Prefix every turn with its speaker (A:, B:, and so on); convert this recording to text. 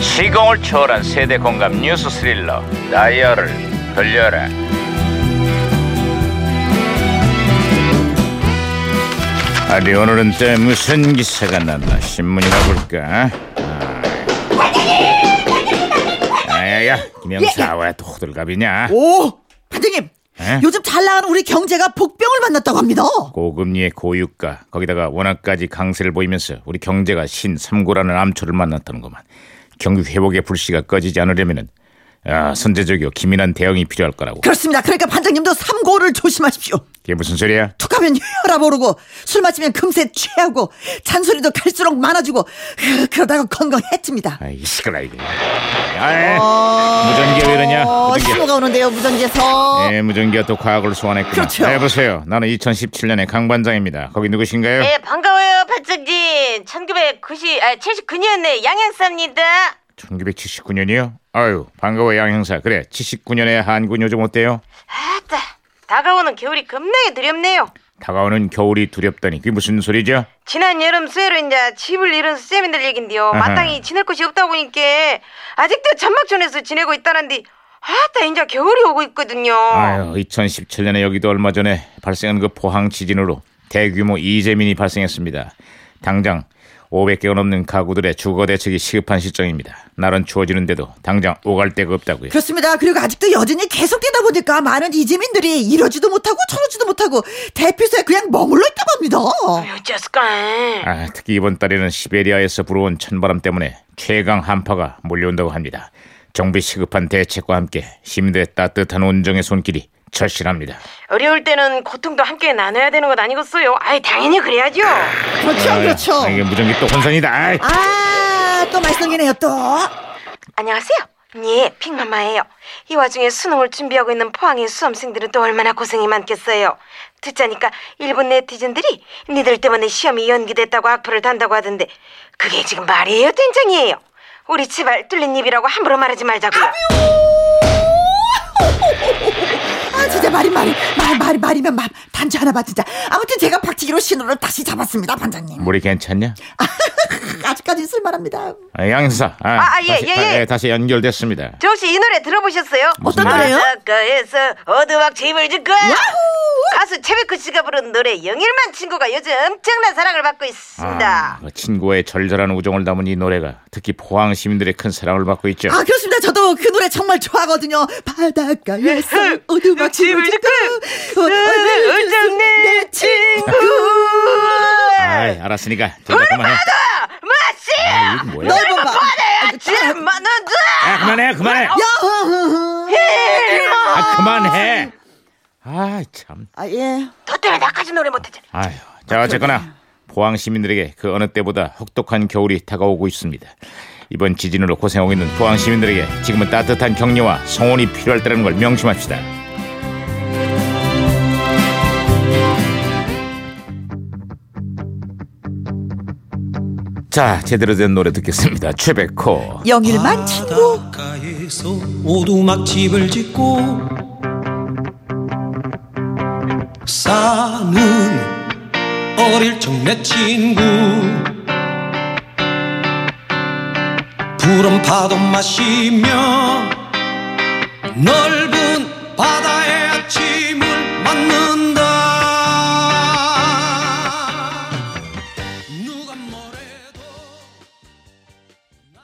A: 시공을 초월한 세대 공감 뉴스 스릴러 다이얼을 돌려라 어디 오늘은 또 무슨 기사가 났나 신문이나 볼까 아. 야야야
B: 예, 예.
A: 김영사 왜 또 호들갑이냐
B: 오, 반장님.
A: 에?
B: 요즘 잘 나가는 우리 경제가 복병을 만났다고 합니다.
A: 고금리의 고유가 거기다가 원화까지 강세를 보이면서 우리 경제가 신삼고라는 암초를 만났다는구만 경기 회복의 불씨가 꺼지지 않으려면은 아, 선제적이고 기민한 대응이 필요할 거라고
B: 그렇습니다. 그러니까 반장님도 삼고를 조심하십시오.
A: 그게 무슨 소리야?
B: 툭하면 혈압 오르고 술 마시면 금세 취하고 잔소리도 갈수록 많아지고 흐, 그러다가 건강 해칩니다.
A: 아이 시끄러 이게 아, 무전기 왜 이러냐
B: 어,
A: 무전기
B: 신호가 오는데요 무전기에서.
A: 예, 무전기가 또 과학을 소환했구나
B: 그렇죠.
A: 네, 보세요 나는 2017년의 강반장입니다 거기 누구신가요?
B: 네.
C: 예, 반가워요, 박정진. 1990, 아, 79년에 양현사입니다.
A: 1979년이요? 아유 반가워 양 형사 그래 79년의 한군 요즘 어때요?
C: 아따, 다가오는 겨울이 겁나게 두렵네요.
A: 다가오는 겨울이 두렵다니 그게 무슨 소리죠?
C: 지난 여름 수해로 이제 집을 잃은 수세민들 얘긴데요.
A: 아하.
C: 마땅히 지낼 곳이 없다 보니까 아직도 천막촌에서 지내고 있다는데 아따, 이제 겨울이 오고 있거든요.
A: 아유, 2017년에 여기도 얼마 전에 발생한 그 포항 지진으로 대규모 이재민이 발생했습니다. 당장 500개가 넘는 가구들의 주거 대책이 시급한 시점입니다. 날은 추워지는데도 당장 오갈 데가 없다고요.
B: 그렇습니다. 그리고 아직도 여전히 계속되다 보니까 많은 이재민들이 이러지도 못하고 저러지도 못하고 대피소에 그냥 머물러 있다고 합니다.
C: 어째서까?
A: 아, 특히 이번 달에는 시베리아에서 불어온 찬바람 때문에 최강 한파가 몰려온다고 합니다. 정부 시급한 대책과 함께 시민들의 따뜻한 온정의 손길이 절실합니다.
C: 어려울 때는 고통도 함께 나눠야 되는 것 아니겠어요? 아이, 당연히 그래야죠.
B: 그렇죠, 그렇죠.
A: 아, 이게 무전기 또 혼선이다. 아이.
B: 아, 또 말썽이네요, 또.
C: 안녕하세요. 예, 핑마마예요. 이 와중에 수능을 준비하고 있는 포항의 수험생들은 또 얼마나 고생이 많겠어요. 듣자니까 일본 네티즌들이 니들 때문에 시험이 연기됐다고 악플을 단다고 하던데 그게 지금 말이에요, 된장이에요. 우리 제발 뚫린 입이라고 함부로 말하지 말자고요.
B: 아, 진짜 말이 말이 말 말이 말이면 말 단지 하나 봐 진짜. 아무튼 제가 박치기로 신호를 다시 잡았습니다, 반장님. 아,
A: 물이 괜찮냐?
B: 아직까지 있을 만합니다.
A: 아, 양사. 아,
C: 아, 예,
A: 다시,
C: 예,
A: 다-
C: 예.
A: 예, 다시 연결됐습니다.
C: 저 혹시 이 노래 들어보셨어요?
A: 어떤 노래요?
C: 바닷가에서 어두වක් 집을 짓고 가수 최백호 씨가 부른 노래 영일만 친구가 요즘 엄청난 사랑을 받고
A: 아,
C: 있습니다.
A: 그 친구와의 절절한 우정을 담은 이 노래가 특히 포항 시민들의 큰 사랑을 받고 있죠.
B: 아, 그렇습니다. 저도 그 노래 정말 좋아하거든요. 바닷가에서 오두막 집을 짓고
C: 예. 어느 정내 친구
A: 아이, 알았으니까 저도 그만해.
C: 마시
A: 아, 이게 뭐야?
B: 넓은 밤.
C: 만원
A: 아, 그만해, 그만해.
C: 예.
B: 야.
A: 아, 그만해. 아, 참.
B: 아, 예.
C: 너 때문에 나까지 노래 못하잖아
A: 아휴. 자, 어쨌거나 포항 시민들에게 그 어느 때보다 혹독한 겨울이 다가오고 있습니다. 이번 지진으로 고생하고 있는 포항 시민들에게 지금은 따뜻한 격려와 성원이 필요할 때라는 걸 명심합시다. 자, 제대로 된 노래 듣겠습니다. 최백호.
B: 영일만 친구.
D: 바닷가에서 오두막 집을 짓고 사는 어릴 적 내 친구 푸른 파도 마시며 넓은 바다